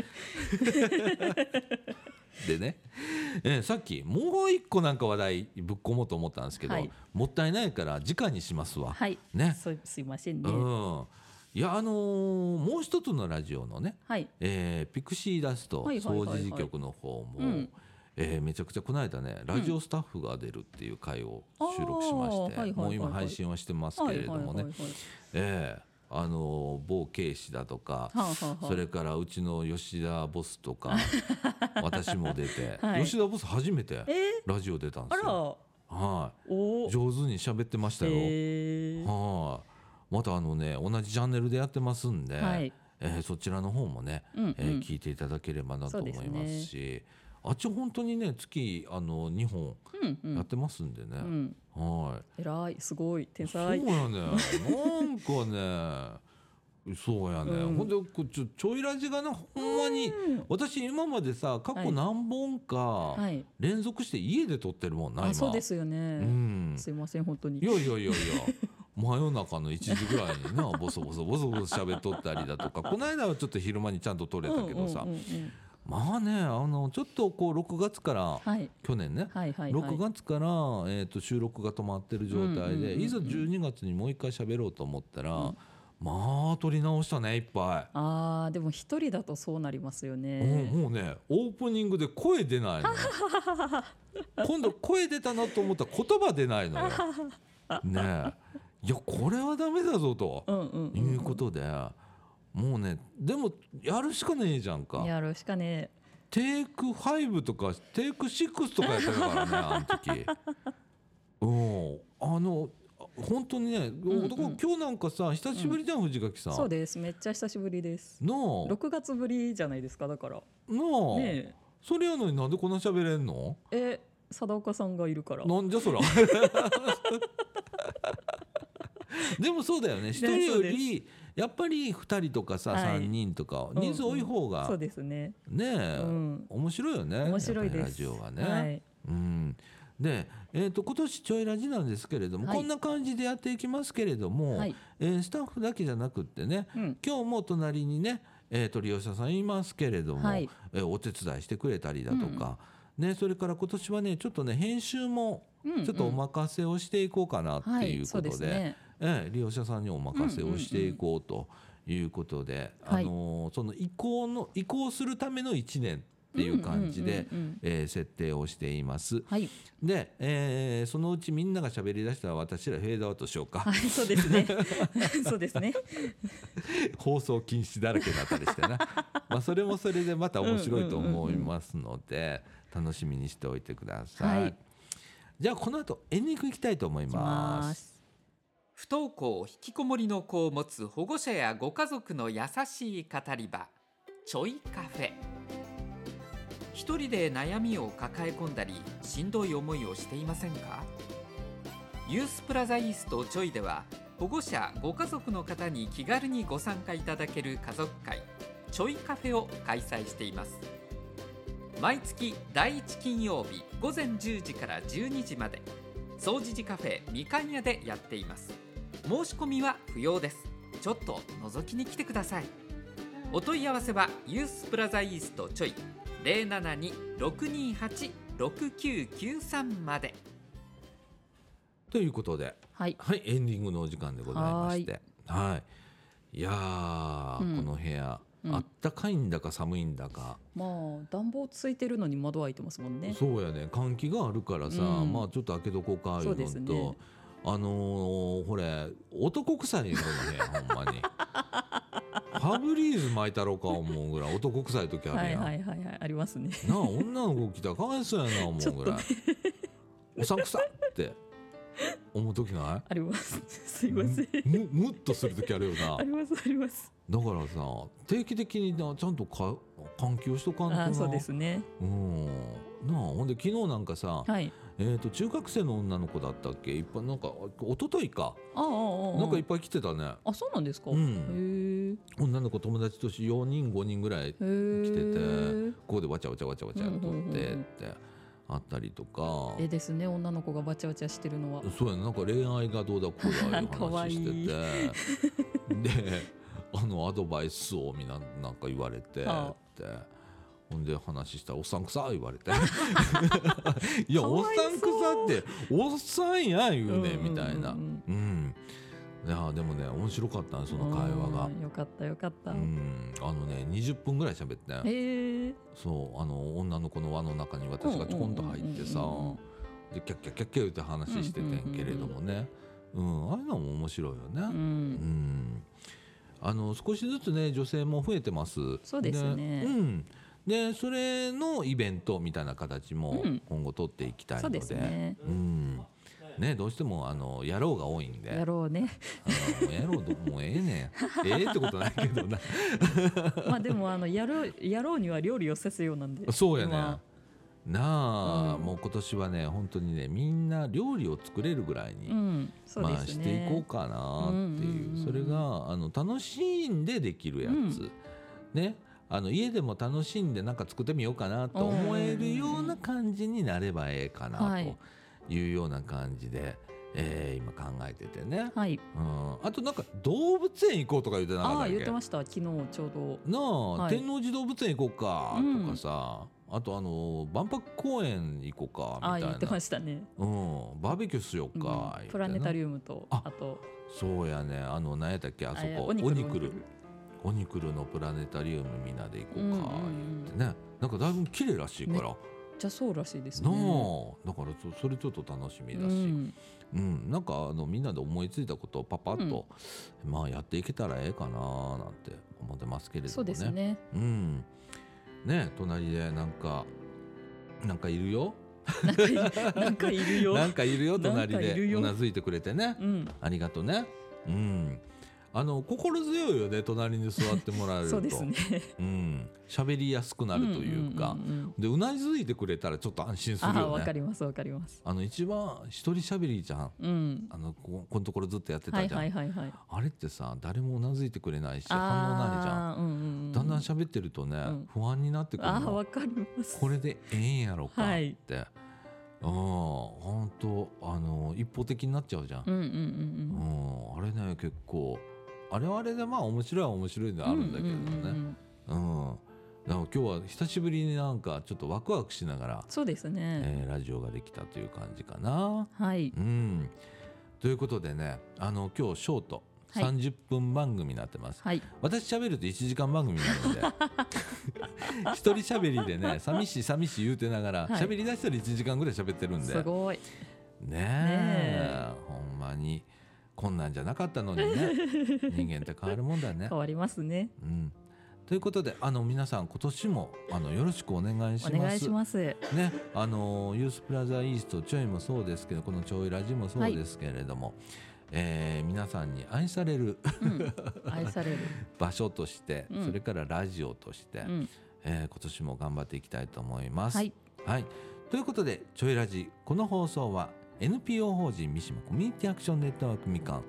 Speaker 1: でね、えーさっきもう一個なんか話題ぶっ込もうと思ったんですけど、
Speaker 2: はい
Speaker 1: もったいないから直にしますわ。
Speaker 2: はい
Speaker 1: ね。
Speaker 2: すすいません
Speaker 1: う
Speaker 2: ね
Speaker 1: ん。いやあのーもう一つのラジオのね、
Speaker 2: はい
Speaker 1: えーピクシーダスト
Speaker 2: はいはいはい
Speaker 1: 掃
Speaker 2: はい
Speaker 1: 除時局の方も、
Speaker 2: うん
Speaker 1: えーめちゃくちゃこの間ねラジオスタッフが出るっていう回を収録しま
Speaker 2: あー
Speaker 1: し
Speaker 2: はいはいは
Speaker 1: て
Speaker 2: い
Speaker 1: もう今配信はしてますけれどもね
Speaker 2: はいはいはい
Speaker 1: ええあの某警視だとか
Speaker 2: はあはあはあ
Speaker 1: それからうちの吉田ボスと か私も出て
Speaker 2: はい
Speaker 1: 吉田ボス初めて
Speaker 2: え
Speaker 1: ラジオ出たん
Speaker 2: ー、あ
Speaker 1: です
Speaker 2: ら
Speaker 1: よ。
Speaker 2: お
Speaker 1: は
Speaker 2: お
Speaker 1: い、上手に喋ってましたよ。
Speaker 2: えー
Speaker 1: はいまたあのね同じチャンネルでやってますんで、
Speaker 2: はい
Speaker 1: えーそちらの方もね、
Speaker 2: うんうん
Speaker 1: えー聞いていただければなと思います
Speaker 2: そ
Speaker 1: しあっち本当にね月あの2本
Speaker 2: うんう
Speaker 1: やっ
Speaker 2: ん
Speaker 1: てますんでね、
Speaker 2: うん
Speaker 1: はい
Speaker 2: 偉いすごい天
Speaker 1: そう
Speaker 2: 才
Speaker 1: やねなんかねそうやね、
Speaker 2: うん
Speaker 1: ほんでこちょちょいラジがなほんまに、私今までさ過去何本
Speaker 2: は
Speaker 1: か
Speaker 2: い
Speaker 1: 連続して家で撮ってるもんな、
Speaker 2: あ
Speaker 1: 今
Speaker 2: そうですよ
Speaker 1: う
Speaker 2: ね、
Speaker 1: ん
Speaker 2: すいません本当に
Speaker 1: いやいやいやいや真夜中の1時ぐらいになボソボソボソボソ喋っとったりだとかこの間はちょっと昼間にちゃんと撮れたけどさ、
Speaker 2: うんうんうんうん
Speaker 1: まあねあのちょっとこう6月から、
Speaker 2: はい
Speaker 1: 去年ね、
Speaker 2: はいはいはい
Speaker 1: 6月から、えー、と収録が止まってる状態で、
Speaker 2: うんうんうんうん
Speaker 1: いざ12月にもう一回喋ろうと思ったら、まあ撮り直したねいっぱ
Speaker 2: あーでも一人だとそうなりますよ
Speaker 1: い、
Speaker 2: ね、
Speaker 1: もうもうねオープニングで声出ない のよ今度声出たなと思ったら言葉出ないのよ。ねえいやこれはダメだぞと、
Speaker 2: うん、うんうん
Speaker 1: いうことでもうねでもやるしかねえじゃんか。
Speaker 2: やろうしかね
Speaker 1: テイク5とかテイク6とかやってたから ねあの時うんあのあ本当にね、
Speaker 2: んうん
Speaker 1: 男今日なんかさ久しぶりじゃん、藤垣さん
Speaker 2: そうですめっちゃ久しぶりです
Speaker 1: のあ
Speaker 2: 6月ぶりじゃないですかだから
Speaker 1: のあ、
Speaker 2: ね
Speaker 1: それやのになんでこんな喋れんの
Speaker 2: ええ貞岡さんがいるから
Speaker 1: なんじゃそ らでもそうだよね一人よりやっぱり二人とかさ、
Speaker 2: はい
Speaker 1: 三人とか人数多い方が、
Speaker 2: そうですね
Speaker 1: ねえ、
Speaker 2: うん
Speaker 1: 面白いよね
Speaker 2: 面白いです
Speaker 1: やっぱりラジオはね、
Speaker 2: はい
Speaker 1: うん、で、えー、と今年ちょいラジなんですけれども、
Speaker 2: はい
Speaker 1: こんな感じでやっていきますけれども、
Speaker 2: はい
Speaker 1: えースタッフだけじゃなくってね、
Speaker 2: うん
Speaker 1: 今日も隣にね、えー、と利用者さんいますけれども、
Speaker 2: はい
Speaker 1: えーお手伝いしてくれたりだとか、ね、それから今年はねちょっとね編集も
Speaker 2: うんうん
Speaker 1: ちょっとお任せをしていこうかなって
Speaker 2: はい
Speaker 1: いう
Speaker 2: そ
Speaker 1: こ
Speaker 2: うで
Speaker 1: と
Speaker 2: す
Speaker 1: で,、
Speaker 2: ね
Speaker 1: ええ利用者さんにお任せをしていこうということで、
Speaker 2: はい
Speaker 1: あのーその移行の移行するための1年っていう感じで、
Speaker 2: うんうんうんうん
Speaker 1: えー設定をしています。
Speaker 2: はい
Speaker 1: で、えーそのうちみんなが喋り出したら私らフェードアウトしようか、
Speaker 2: はいそうですね そうですね
Speaker 1: 放送禁止だらけだったりして なまあそれもそれでまた面白いと思いますので楽しみにしておいてください。
Speaker 2: はい
Speaker 1: じゃあこの後エンディングいきたいと思い
Speaker 2: いきま
Speaker 1: ます
Speaker 2: す
Speaker 3: 不登校引きこもりの子を持つ保護者やご家族の優しい語り場ちょいカフェ一人で悩みを抱え込んだりしんどい思いをしていませんかユースプラザイーストちょいでは保護者ご家族の方に気軽にご参加いただける家族会ちょいカフェを開催しています毎月第1金曜日午前10時から12時まで総除時カフェみかん屋でやっています申し込みは不要ですちょっと覗きに来てくださいお問い合わせはユースプラザイーストちょい072-628-6993まで
Speaker 1: ということで
Speaker 2: はい
Speaker 1: はい、エンディングのお時間でございまして。はい。いやー、
Speaker 2: うん
Speaker 1: この部屋、
Speaker 2: うん
Speaker 1: あったかいんだか寒いんだか、
Speaker 2: まあ暖房ついてるのに窓開いてますもんね
Speaker 1: そうやね、換気があるからさ、
Speaker 2: うん
Speaker 1: まあちょっと開けとこうかい
Speaker 2: そうう
Speaker 1: の
Speaker 2: で
Speaker 1: と、
Speaker 2: すね
Speaker 1: あのー、ほれ、男臭いよ、この部屋、ほ んまに。ファブリーズ巻いたろうか思うぐらい男臭い時あ
Speaker 2: は
Speaker 1: る
Speaker 2: い
Speaker 1: やん。
Speaker 2: はいはいはいありますね
Speaker 1: なあ、女の子来たらかわいそうやな思うぐらい。おさんくさって思う時ない
Speaker 2: あります すいません
Speaker 1: むむむっとする時あるよな
Speaker 2: あ。りますあります
Speaker 1: だからさ定期的になちゃんとか換気をしとかんとな
Speaker 2: あそうですね
Speaker 1: うんなあほんで昨日なんかさ、
Speaker 2: はい
Speaker 1: えー、と中学生の女の子だったっけいっぱいなんか一昨日か、
Speaker 2: ああああ
Speaker 1: なんかいっぱい来てたね
Speaker 2: あそうなんですか、
Speaker 1: うん
Speaker 2: へえ
Speaker 1: 女の子友達として4人5人ぐらい
Speaker 2: へ
Speaker 1: 来て
Speaker 2: ー
Speaker 1: てここでわちゃわちゃわちゃわちゃとってってあったりとか
Speaker 2: えですね女の子がバチャバチャしてるのは
Speaker 1: そうやねなんか恋愛がどうだこうだいう
Speaker 2: かわ
Speaker 1: 話
Speaker 2: いい
Speaker 1: しててであのアドバイスをみんななんか言われて
Speaker 2: は
Speaker 1: ってほんで話したら「おっさんくさ」言われ て「いや
Speaker 2: か
Speaker 1: おっ
Speaker 2: わいそ
Speaker 1: さ
Speaker 2: う
Speaker 1: んくさっておっさんやん言うねん」みたいな
Speaker 2: うんうん
Speaker 1: うんいやでもね面白かったねその会話が
Speaker 2: うんよかったよかった、
Speaker 1: うんあのね20分ぐらい喋って
Speaker 2: へ
Speaker 1: ね
Speaker 2: え
Speaker 1: そうあの女の子の輪の中に私がちょこんと入ってさ
Speaker 2: うんうんうんうん
Speaker 1: でキャッキャッキャッキャ言って話しててんけれどもねうんああいうのも面白いよ
Speaker 2: う
Speaker 1: ねうんんあの少しずつね女性も増えてます
Speaker 2: そうですね
Speaker 1: うんでそれのイベントみたいな形も
Speaker 2: うん
Speaker 1: 今後取っていきたい
Speaker 2: そ
Speaker 1: の
Speaker 2: う
Speaker 1: で
Speaker 2: ですね
Speaker 1: うんねどうしてもあの野郎が多いんで
Speaker 2: やろうね
Speaker 1: あのもうやろうどもうええねんええってことないけど な
Speaker 2: まあでもあのやろうやろうには料理をせすようなんで
Speaker 1: そうやね
Speaker 2: 今
Speaker 1: なあ、
Speaker 2: うん
Speaker 1: もう今年はね本当にねみんな料理を作れるぐらいに、
Speaker 2: うんそう
Speaker 1: ま
Speaker 2: で
Speaker 1: あ
Speaker 2: す
Speaker 1: してい
Speaker 2: ね
Speaker 1: こうかなっていう,、
Speaker 2: うんうんうんうん
Speaker 1: それがあの楽しんでできるやつ、ねあの家でも楽しんでなんか作ってみようかなと思えるような感じになればええか
Speaker 2: うんうんは
Speaker 1: ないというような感じで、えー今考えててね、
Speaker 2: はい
Speaker 1: うん、あとなんか動物園行こうとか言ってなかっ
Speaker 2: あ
Speaker 1: た
Speaker 2: あ
Speaker 1: っ
Speaker 2: ー
Speaker 1: け
Speaker 2: 言ってました昨日ちょうど
Speaker 1: なあ、
Speaker 2: はい
Speaker 1: 天王寺動物園行こうか
Speaker 2: うん
Speaker 1: とかさ、あとあの万博公園行こう
Speaker 2: あ
Speaker 1: か
Speaker 2: あ
Speaker 1: みた
Speaker 2: 言
Speaker 1: い
Speaker 2: ってま
Speaker 1: な、
Speaker 2: したね、
Speaker 1: うん、バーベキューしよう
Speaker 2: うん
Speaker 1: か、
Speaker 2: プラネタ
Speaker 1: ウ
Speaker 2: リウムと
Speaker 1: あ
Speaker 2: あと
Speaker 1: そうやねあの何やったっけあそ
Speaker 2: えー
Speaker 1: こ
Speaker 2: オニクルオニクル
Speaker 1: オニクルのプラネタリウムみんなで行こうか、
Speaker 2: うんうんうん
Speaker 1: 言ってねなんかだいぶ綺麗らしいから、な
Speaker 2: じゃそうらしいですね
Speaker 1: あだからそそれちょっと楽しみだし、う
Speaker 2: うんん
Speaker 1: なんかあのみんなで思いついたことをパパッと、まあやっていけたらええかななんて思ってますけれどもね。
Speaker 2: そうですね
Speaker 1: うん。ね隣でなんか、なんかいるよ。
Speaker 2: なんかいなんかいるよ
Speaker 1: なんかいる よ、
Speaker 2: なんか
Speaker 1: 隣
Speaker 2: いる
Speaker 1: で。
Speaker 2: よ
Speaker 1: うなずいてくれてね
Speaker 2: う。ん
Speaker 1: ありがとね。うん。あの、心強いよね、隣に座ってもらえると。
Speaker 2: そうですね
Speaker 1: うん。喋りやすくなるというか。
Speaker 2: んんんうん
Speaker 1: で、うなずいてくれたらちょっと安心する
Speaker 2: ああ
Speaker 1: よ
Speaker 2: わか
Speaker 1: ね。
Speaker 2: りますわかります
Speaker 1: あの、一番一人喋りじゃん。
Speaker 2: うん
Speaker 1: あの、ここのところずっとやって
Speaker 2: は
Speaker 1: た
Speaker 2: い
Speaker 1: じゃん。
Speaker 2: はいはいはい
Speaker 1: あれってさ、誰もうなずいてくれないし、反応ないじゃん。
Speaker 2: ああーうんうんうん
Speaker 1: だんだん喋ってるとね、
Speaker 2: うん
Speaker 1: 不安になってくる
Speaker 2: あ
Speaker 1: の。
Speaker 2: あわかります
Speaker 1: これでええんやろかっ
Speaker 2: はい
Speaker 1: て、うん本当あの一方的になっちゃうじゃん、
Speaker 2: う
Speaker 1: うん
Speaker 2: んうんうん
Speaker 1: あれね結構あれはあれでまあ面白いは面白いで
Speaker 2: うん
Speaker 1: あるんだけれど
Speaker 2: うんうんう
Speaker 1: ね
Speaker 2: ん
Speaker 1: うんだから今日は久しぶりになんかちょっとワクワクしながら、
Speaker 2: そうですね
Speaker 1: えーラジオができたという感じかな。
Speaker 2: はい
Speaker 1: うんということでねあの今日ショート
Speaker 2: はい
Speaker 1: 30分番組になってます。
Speaker 2: はい
Speaker 1: 私喋ると1時間番組になるん で一人喋りでね寂しい寂しい言うてながら
Speaker 2: はい
Speaker 1: 喋りだしたら1時間ぐらい喋ってるんです
Speaker 2: ごい
Speaker 1: ね
Speaker 2: ね
Speaker 1: えほんまにこんなんじゃなかったのに ね人間って変わるもんだね
Speaker 2: 変。わりますね
Speaker 1: うん、ということであの皆さん今年もあのよろしくお願いしま
Speaker 2: お
Speaker 1: す。
Speaker 2: 願いします
Speaker 1: ね、あのユースプラザイーストちょいもそうですけどこのちょいラジもそうですけれども、えー皆さんに愛される
Speaker 2: うん愛される
Speaker 1: 場所として、
Speaker 2: うん
Speaker 1: それからラジオとして、
Speaker 2: うん
Speaker 1: えー今年も頑張っていきたいと思います。
Speaker 2: はい、
Speaker 1: はいということで「ちょいラジ」この放送は NPO 法人三島コミュニティアクションネットワークみかん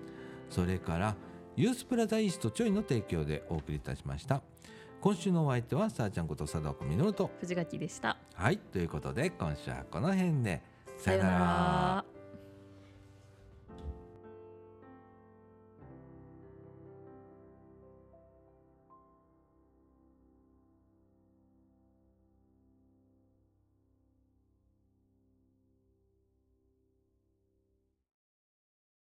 Speaker 1: それからユースプラザイーストちょいの提供でお送りいたしました。今週のお相手はさあちゃんこと佐藤みのると。
Speaker 2: 藤垣でした
Speaker 1: はいということで今週はこの辺で
Speaker 2: さようなら